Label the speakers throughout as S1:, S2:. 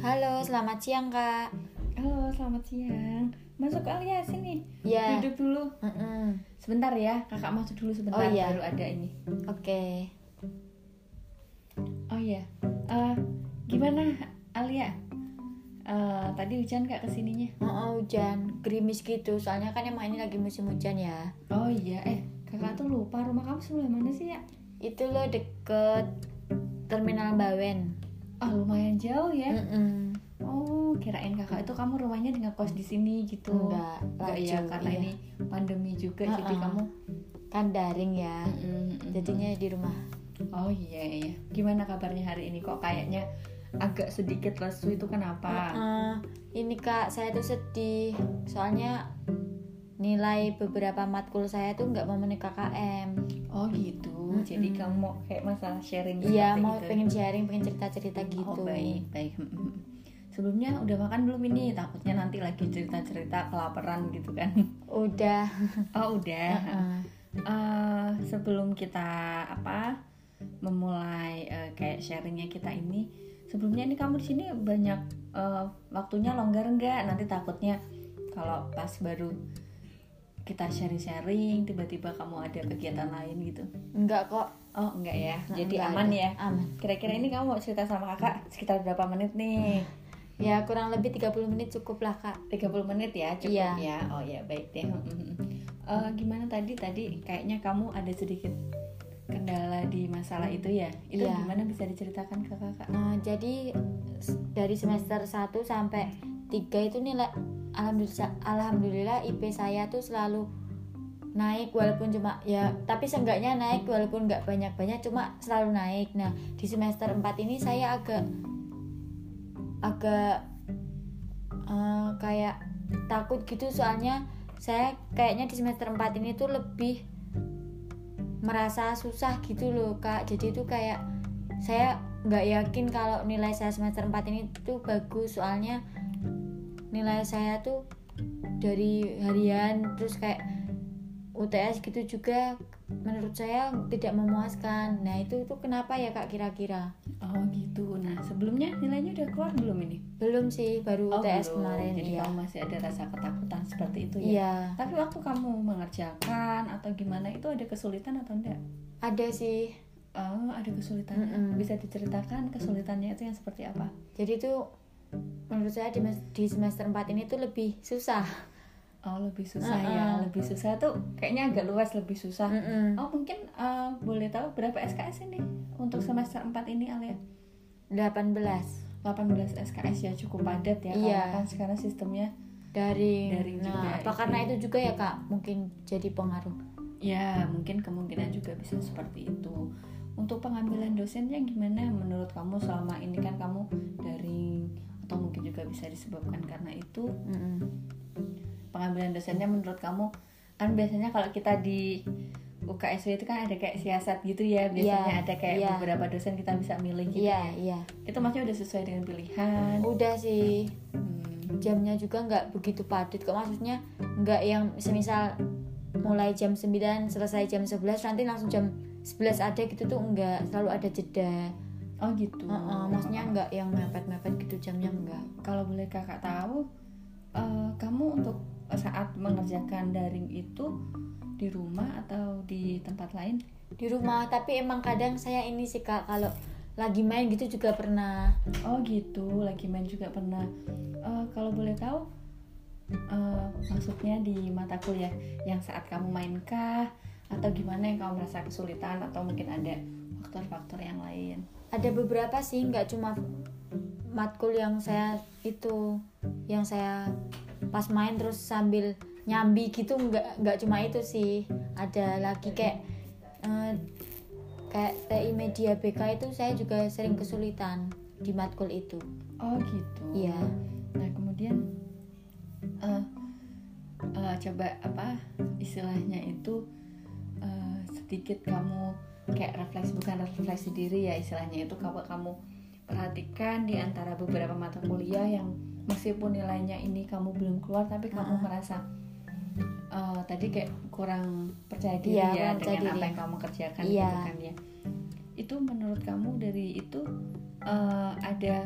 S1: Halo, selamat siang kak.
S2: Halo, selamat siang. Masuk Alia sini.
S1: Ya.
S2: Duduk dulu.
S1: Mm-mm.
S2: Sebentar ya, kakak masuk dulu sebentar.
S1: Oh, iya.
S2: Baru ada ini.
S1: Oke.
S2: Oh iya. Eh, gimana Alia? Eh, tadi hujan kak kesininya?
S1: Oh, oh, hujan, gerimis gitu. Soalnya kan emang ini lagi musim hujan ya.
S2: Oh iya. Eh, kakak tuh lupa rumah kamu sebelah mana sih ya?
S1: Itu loh deket terminal Bawen.
S2: Oh lumayan jauh ya.
S1: Mm-mm.
S2: Oh kirain kakak itu kamu rumahnya dengan kos di sini gitu.
S1: Enggak,
S2: Enggak Ah, ya
S1: laju,
S2: karena
S1: iya.
S2: ini pandemi juga jadi
S1: Ha-ha.
S2: kamu.
S1: kan daring ya. Jadinya di rumah.
S2: Oh iya iya. Gimana kabarnya hari ini kok kayaknya agak sedikit lesu itu kenapa?
S1: Eh, ini kak, saya tuh sedih. Soalnya nilai beberapa matkul saya tuh nggak memenuhi KKM.
S2: Oh gitu.
S1: Mm-mm.
S2: Jadi kamu mau kayak masalah sharing
S1: Iya,
S2: seperti
S1: mau
S2: gitu.
S1: pengen sharing, pengen cerita-cerita gitu.
S2: Oh baik baik. Mm-mm. Sebelumnya udah makan belum ini? Takutnya nanti lagi cerita-cerita kelaparan gitu kan.
S1: Udah.
S2: Oh udah.
S1: Heeh.
S2: Eh, sebelum kita apa memulai eh, kayak sharingnya kita ini, sebelumnya ini kamu di sini banyak eh, waktunya longgar nggak? Nanti takutnya kalau pas baru kita sharing-sharing tiba-tiba kamu ada kegiatan lain gitu.
S1: Enggak kok.
S2: Oh enggak ya. Jadi
S1: Enggak
S2: aman
S1: Nah, ada.
S2: ya.
S1: Aman.
S2: Kira-kira ini kamu mau cerita sama kakak sekitar berapa menit nih?
S1: Ya kurang lebih 30 menit cukup lah kak.
S2: 30 menit ya cukup
S1: Iya.
S2: ya Oh ya baik deh Mm-mm. Eh, Gimana tadi? Tadi kayaknya kamu ada sedikit kendala di masalah itu ya Itu
S1: Iya.
S2: gimana bisa diceritakan ke kakak?
S1: Eh, jadi s- dari semester 1 sampai 3 itu nilai alhamdulillah alhamdulillah IP saya tuh selalu naik walaupun cuma ya tapi seenggaknya naik walaupun nggak banyak-banyak cuma selalu naik. Nah, di semester 4 ini saya agak agak eh, kayak takut gitu soalnya saya kayaknya di semester 4 ini tuh lebih merasa susah gitu loh kak jadi itu kayak saya nggak yakin kalau nilai saya semester 4 ini tuh bagus soalnya nilai saya tuh dari harian terus kayak UTS gitu juga menurut saya tidak memuaskan nah itu tuh kenapa ya kak kira-kira
S2: Oh gitu Nah sebelumnya nilainya udah keluar belum ini?
S1: belum sih baru UTS
S2: Oh, belum.
S1: kemarin
S2: Jadi
S1: iya
S2: kamu masih ada rasa ketakutan seperti itu ya?
S1: iya
S2: Tapi waktu kamu mengerjakan atau gimana itu ada kesulitan atau enggak?
S1: ada sih
S2: Oh ada kesulitannya
S1: Mm-mm.
S2: Bisa diceritakan kesulitannya itu yang seperti apa?
S1: jadi tuh menurut saya di, mes- di semester 4 ini tuh lebih susah
S2: Oh lebih susah
S1: Mm-mm.
S2: ya Lebih susah tuh kayaknya agak luas lebih susah
S1: Mm-mm.
S2: Oh mungkin eh, boleh tahu berapa SKS ini untuk semester 4 ini Alia?
S1: 18
S2: 18 SKS ya cukup padat ya
S1: Iya.
S2: karena kan sekarang sistemnya
S1: daring.
S2: Daring juga,
S1: nah, apa
S2: iya.
S1: karena itu juga ya kak mungkin jadi pengaruh.
S2: ya mungkin kemungkinan juga bisa seperti itu. Untuk pengambilan dosennya gimana menurut kamu selama ini kan kamu daring atau mungkin juga bisa disebabkan karena itu gitu.
S1: Mm-mm.
S2: pengambilan dosennya menurut kamu kan biasanya kalau kita di UKSW itu kan ada kayak siasat gitu ya biasanya
S1: Iya,
S2: ada kayak
S1: iya.
S2: beberapa dosen kita bisa milih gitu.
S1: Iya iya.
S2: Itu maksudnya udah sesuai dengan pilihan.
S1: Udah sih
S2: Hmm.
S1: jamnya juga nggak begitu padat kok maksudnya nggak yang semisal mulai jam 9 selesai jam 11 nanti langsung jam 11 ada gitu tuh enggak selalu ada jeda.
S2: Oh gitu.
S1: Heeh, maksudnya nggak yang mepet-mepet gitu jamnya enggak.
S2: kalau boleh kakak tahu, eh, kamu untuk saat mengerjakan daring itu di rumah atau di tempat lain?
S1: Di rumah tapi emang kadang saya ini sih kak kalau lagi main gitu juga pernah.
S2: Oh gitu, lagi main juga pernah. Eh, kalau boleh tahu, eh, maksudnya di mata kuliah yang saat kamu mainkah atau gimana yang kamu merasa kesulitan atau mungkin ada faktor-faktor yang lain?
S1: ada beberapa sih nggak cuma matkul yang saya itu yang saya pas main terus sambil nyambi gitu nggak nggak cuma itu sih ada lagi kayak eh, kayak TI Media BK itu saya juga sering kesulitan di matkul itu
S2: Oh gitu.
S1: iya
S2: Nah kemudian eh, eh, coba apa istilahnya itu eh, sedikit kamu kayak refleksi bukan refleksi diri ya istilahnya itu kalau kamu perhatikan di antara beberapa mata kuliah yang meskipun nilainya ini kamu belum keluar tapi kamu
S1: Mm-mm.
S2: merasa eh, tadi kayak kurang percaya diri
S1: Iya,
S2: ya
S1: kurang percaya
S2: dengan apa
S1: diri.
S2: yang kamu kerjakan
S1: Iya.
S2: gitu kan ya itu menurut kamu dari itu eh, ada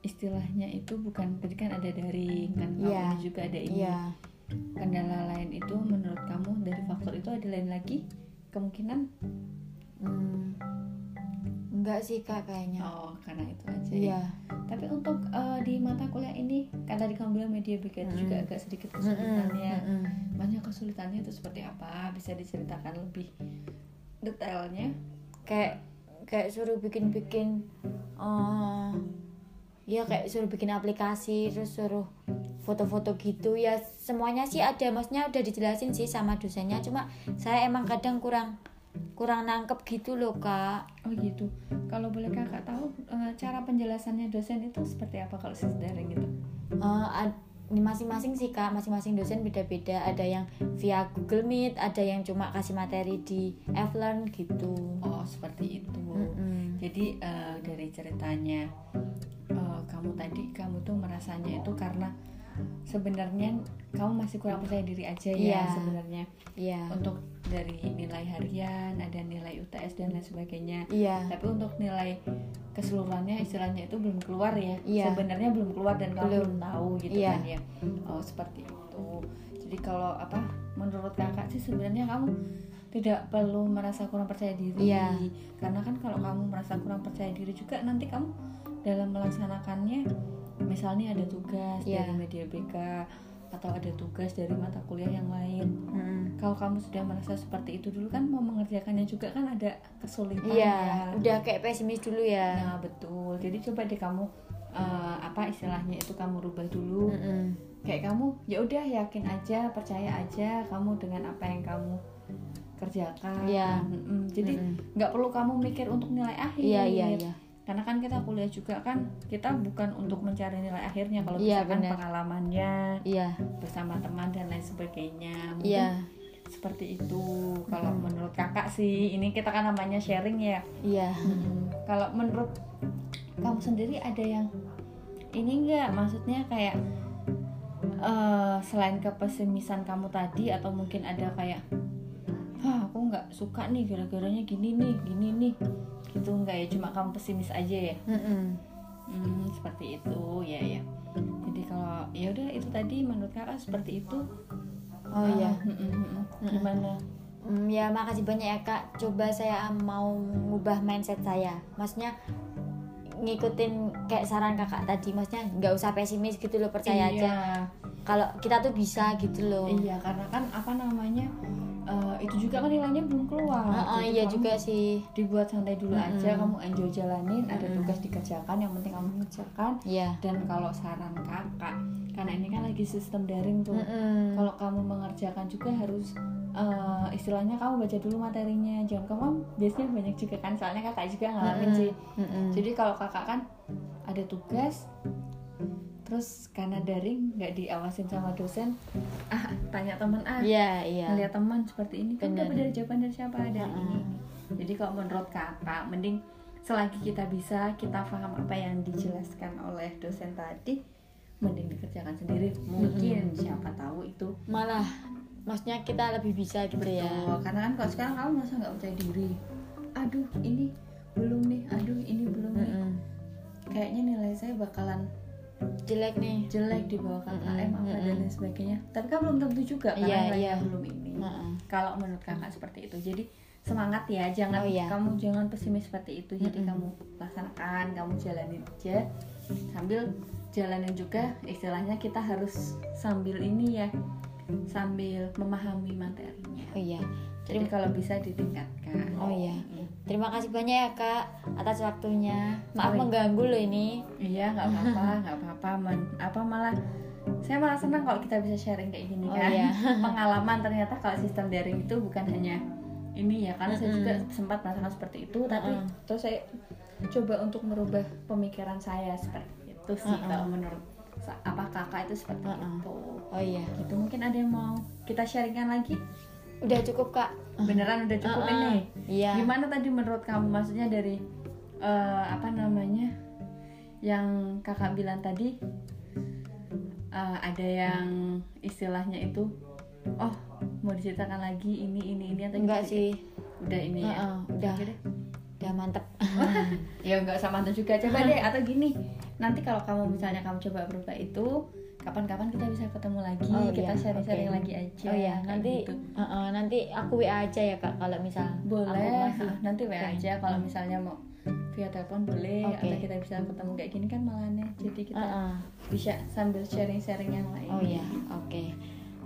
S2: istilahnya itu bukan tadi kan ada daring kan kamu
S1: Iya.
S2: ini juga ada ini
S1: Iya.
S2: kendala lain itu menurut kamu dari faktor itu ada lain lagi kemungkinan
S1: Hmm. Enggak sih kak kayaknya.
S2: oh karena itu aja ya
S1: Iya.
S2: tapi untuk eh, di mata kuliah ini kan tadi kamu bilang media big itu
S1: Mm.
S2: juga agak sedikit
S1: Mm-mm,
S2: kesulitannya
S1: mm-mm.
S2: banyak kesulitannya itu seperti apa bisa diceritakan lebih detailnya
S1: Kayak kayak suruh bikin-bikin eh ya kayak suruh bikin aplikasi terus suruh foto-foto gitu ya semuanya sih ada maksudnya udah dijelasin sih sama dosennya cuma saya emang kadang kurang kurang nangkep gitu loh kak
S2: oh gitu kalau boleh kakak tahu eh, cara penjelasannya dosen itu seperti apa kalau sesedara gitu
S1: Eh, ad- ini masing-masing sih kak, masing-masing dosen beda-beda. Ada yang via Google Meet, ada yang cuma kasih materi di Evlearn gitu.
S2: oh seperti itu
S1: Mm-mm.
S2: Jadi eh, dari ceritanya eh, kamu tadi kamu tuh merasanya itu karena sebenarnya kamu masih kurang percaya diri aja ya
S1: Iya.
S2: sebenarnya
S1: Iya,
S2: untuk dari nilai harian ada nilai UTS dan lain sebagainya.
S1: iya,
S2: Tapi untuk nilai keseluruhannya istilahnya itu belum keluar ya.
S1: Iya.
S2: Sebenarnya belum keluar dan kamu
S1: Belum.
S2: belum, tahu gitu
S1: Iya.
S2: kan ya. Oh seperti itu. Jadi kalau apa menurut kakak sih sebenarnya kamu tidak perlu merasa kurang percaya diri.
S1: Iya.
S2: Karena kan kalau kamu merasa kurang percaya diri juga nanti kamu dalam melaksanakannya misalnya ada tugas
S1: Iya.
S2: dari media BK atau ada tugas dari mata kuliah yang lain.
S1: Mm-mm.
S2: Kalau kamu sudah merasa seperti itu dulu kan mau mengerjakannya juga kan ada kesulitan
S1: iya.
S2: ya.
S1: Udah kayak pesimis dulu ya.
S2: Nah betul. Jadi coba deh kamu eh, apa istilahnya itu kamu rubah dulu.
S1: Mm-mm.
S2: Kayak kamu ya udah yakin aja, percaya aja kamu dengan apa yang kamu kerjakan.
S1: Iya.
S2: Mm-mm. Jadi
S1: Mm-mm.
S2: nggak perlu kamu mikir untuk nilai akhir.
S1: iya, iya, iya,
S2: Karena kan kita kuliah juga kan kita bukan untuk mencari nilai akhirnya kalau
S1: Iya,
S2: misalkan
S1: benar.
S2: pengalamannya
S1: iya,
S2: bersama teman dan lain sebagainya. Mungkin
S1: iya,
S2: Seperti itu. Kalau menurut kakak sih ini kita kan namanya sharing ya.
S1: iya.
S2: Kalau menurut kamu sendiri ada yang ini enggak maksudnya kayak eh, selain kepesimisan kamu tadi atau mungkin ada kayak Hah, aku nggak suka nih gara-garanya gini nih, gini nih. Gitu enggak ya cuma kamu pesimis aja ya.
S1: Mm-mm.
S2: Hmm, seperti itu ya ya. Jadi kalau ya udah itu tadi menurut Kakak seperti itu.
S1: Oh iya.
S2: Ah, mm, mm, mm, mm. Gimana?
S1: Mm, ya makasih banyak ya kak. Coba saya mau ngubah mindset saya. Maksudnya ngikutin kayak saran kakak tadi. Maksudnya nggak usah pesimis gitu loh percaya aja.
S2: Iya.
S1: Kalau kita tuh bisa gitu loh.
S2: Iya karena kan apa namanya eh, itu juga kan nilainya belum keluar.
S1: Heeh,
S2: Jadi
S1: iya
S2: kamu
S1: juga sih.
S2: Dibuat santai dulu aja,
S1: Mm-mm.
S2: kamu enjoy jalanin, ada
S1: Mm-mm.
S2: tugas dikerjakan, yang penting kamu kerjakan.
S1: Iya.
S2: Dan kalau saran kakak, karena ini kan lagi sistem daring tuh,
S1: Mm-mm.
S2: kalau kamu mengerjakan juga harus eh, istilahnya kamu baca dulu materinya, jangan kamu kan biasanya banyak juga kan, soalnya kakak juga ngalamin
S1: Mm-mm.
S2: sih.
S1: Mm-mm.
S2: Jadi kalau kakak kan ada tugas, terus karena daring nggak diawasin sama dosen, ah tanya teman ah,
S1: Iya, iya.
S2: melihat teman seperti ini kan
S1: Bener.
S2: dapat dari jawaban dari siapa dari
S1: Mm-mm.
S2: ini, ini. Jadi kalau menurut kakak, mending selagi kita bisa kita paham apa yang dijelaskan oleh dosen tadi, mending dikerjakan sendiri. Mungkin siapa tahu itu
S1: Malah maksudnya kita lebih bisa gitu
S2: Betul,
S1: ya.
S2: karena kan kalau sekarang kamu masa nggak percaya diri. Aduh, ini belum nih. Aduh, ini belum nih.
S1: Mm-mm.
S2: Kayaknya nilai saya bakalan
S1: Jelek nih.
S2: jelek di bawah KKM
S1: Mm-mm,
S2: apa dan
S1: mm-mm.
S2: lain sebagainya. Tapi kan belum tentu juga karena
S1: Iya,
S2: nilainya
S1: iya.
S2: belum ini.
S1: Heeh.
S2: Kalau menurut kakak seperti itu, jadi semangat ya, jangan
S1: Hmm. Oh, iya.
S2: kamu jangan pesimis seperti itu. Jadi
S1: Mm-mm.
S2: kamu laksanakan, kamu jalanin aja sambil jalanin juga istilahnya kita harus sambil ini ya sambil memahami materinya.
S1: Oh iya.
S2: Jadi kalau bisa ditingkatkan. Hmm.
S1: Oh, iya. Terima kasih banyak ya kak atas waktunya. Maaf
S2: Oh, iya.
S1: mengganggu loh ini.
S2: Iya nggak
S1: Hmm.
S2: apa-apa, nggak apa-apa. Men- apa malah saya malah senang kalau kita bisa sharing kayak gini
S1: Oh,
S2: kan.
S1: iya.
S2: Pengalaman ternyata kalau sistem daring itu bukan hanya ini ya karena saya
S1: Mm-mm.
S2: juga sempat merasakan seperti itu tapi
S1: Mm-mm.
S2: terus saya coba untuk merubah pemikiran saya seperti itu sih
S1: Mm-mm.
S2: kalau menurut sa- apa kakak itu seperti
S1: Mm-mm.
S2: itu
S1: Oh iya.
S2: gitu mungkin ada yang mau kita sharingkan lagi
S1: Udah cukup kak.
S2: beneran udah cukup
S1: Heeh.
S2: ini
S1: Iya.
S2: Gimana tadi menurut kamu
S1: Hmm.
S2: maksudnya dari eh, apa namanya yang kakak bilang tadi eh, ada yang istilahnya itu oh mau diceritakan lagi ini ini ini atau
S1: Enggak
S2: gitu?
S1: sih.
S2: udah ini ya
S1: Heeh, udah.
S2: Oke deh.
S1: Udah mantep.
S2: Ah, ya enggak sama tuh juga coba deh atau gini nanti kalau kamu misalnya kamu coba berubah itu kapan-kapan kita bisa ketemu lagi
S1: Oh,
S2: kita
S1: iya,
S2: sharing-sharing
S1: oke.
S2: lagi aja
S1: Oh iya,
S2: kayak
S1: nanti-
S2: gitu.
S1: Uh, uh, nanti aku WA aja ya kak kalau misal aku
S2: boleh
S1: masih
S2: ah, nanti wa
S1: Oke.
S2: aja kalau misalnya mau via telepon boleh
S1: Oke.
S2: atau kita bisa ketemu kayak gini kan malah aneh jadi kita
S1: Uh, uh.
S2: bisa sambil sharing-sharing yang lain
S1: Oh iya, oke.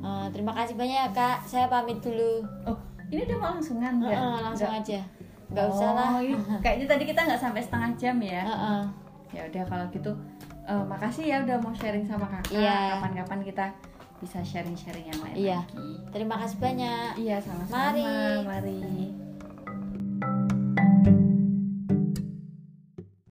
S1: Eh, terima kasih banyak ya kak. Saya pamit dulu.
S2: oh ini udah mau langsungan
S1: Heeh,
S2: nggak
S1: Ah, langsung
S2: Iya. Nggak-
S1: aja. Nggak usah
S2: Oh,
S1: lah. Ah.
S2: iya. kayaknya tadi kita nggak sampai setengah jam ya
S1: Heeh.
S2: ya udah kalau gitu eh, makasih ya udah mau sharing sama kakak
S1: Iya.
S2: kapan-kapan kita bisa sharing-sharing yang lain
S1: Iya.
S2: lagi
S1: Terima kasih banyak.
S2: iya sama-sama
S1: Mari.
S2: mari.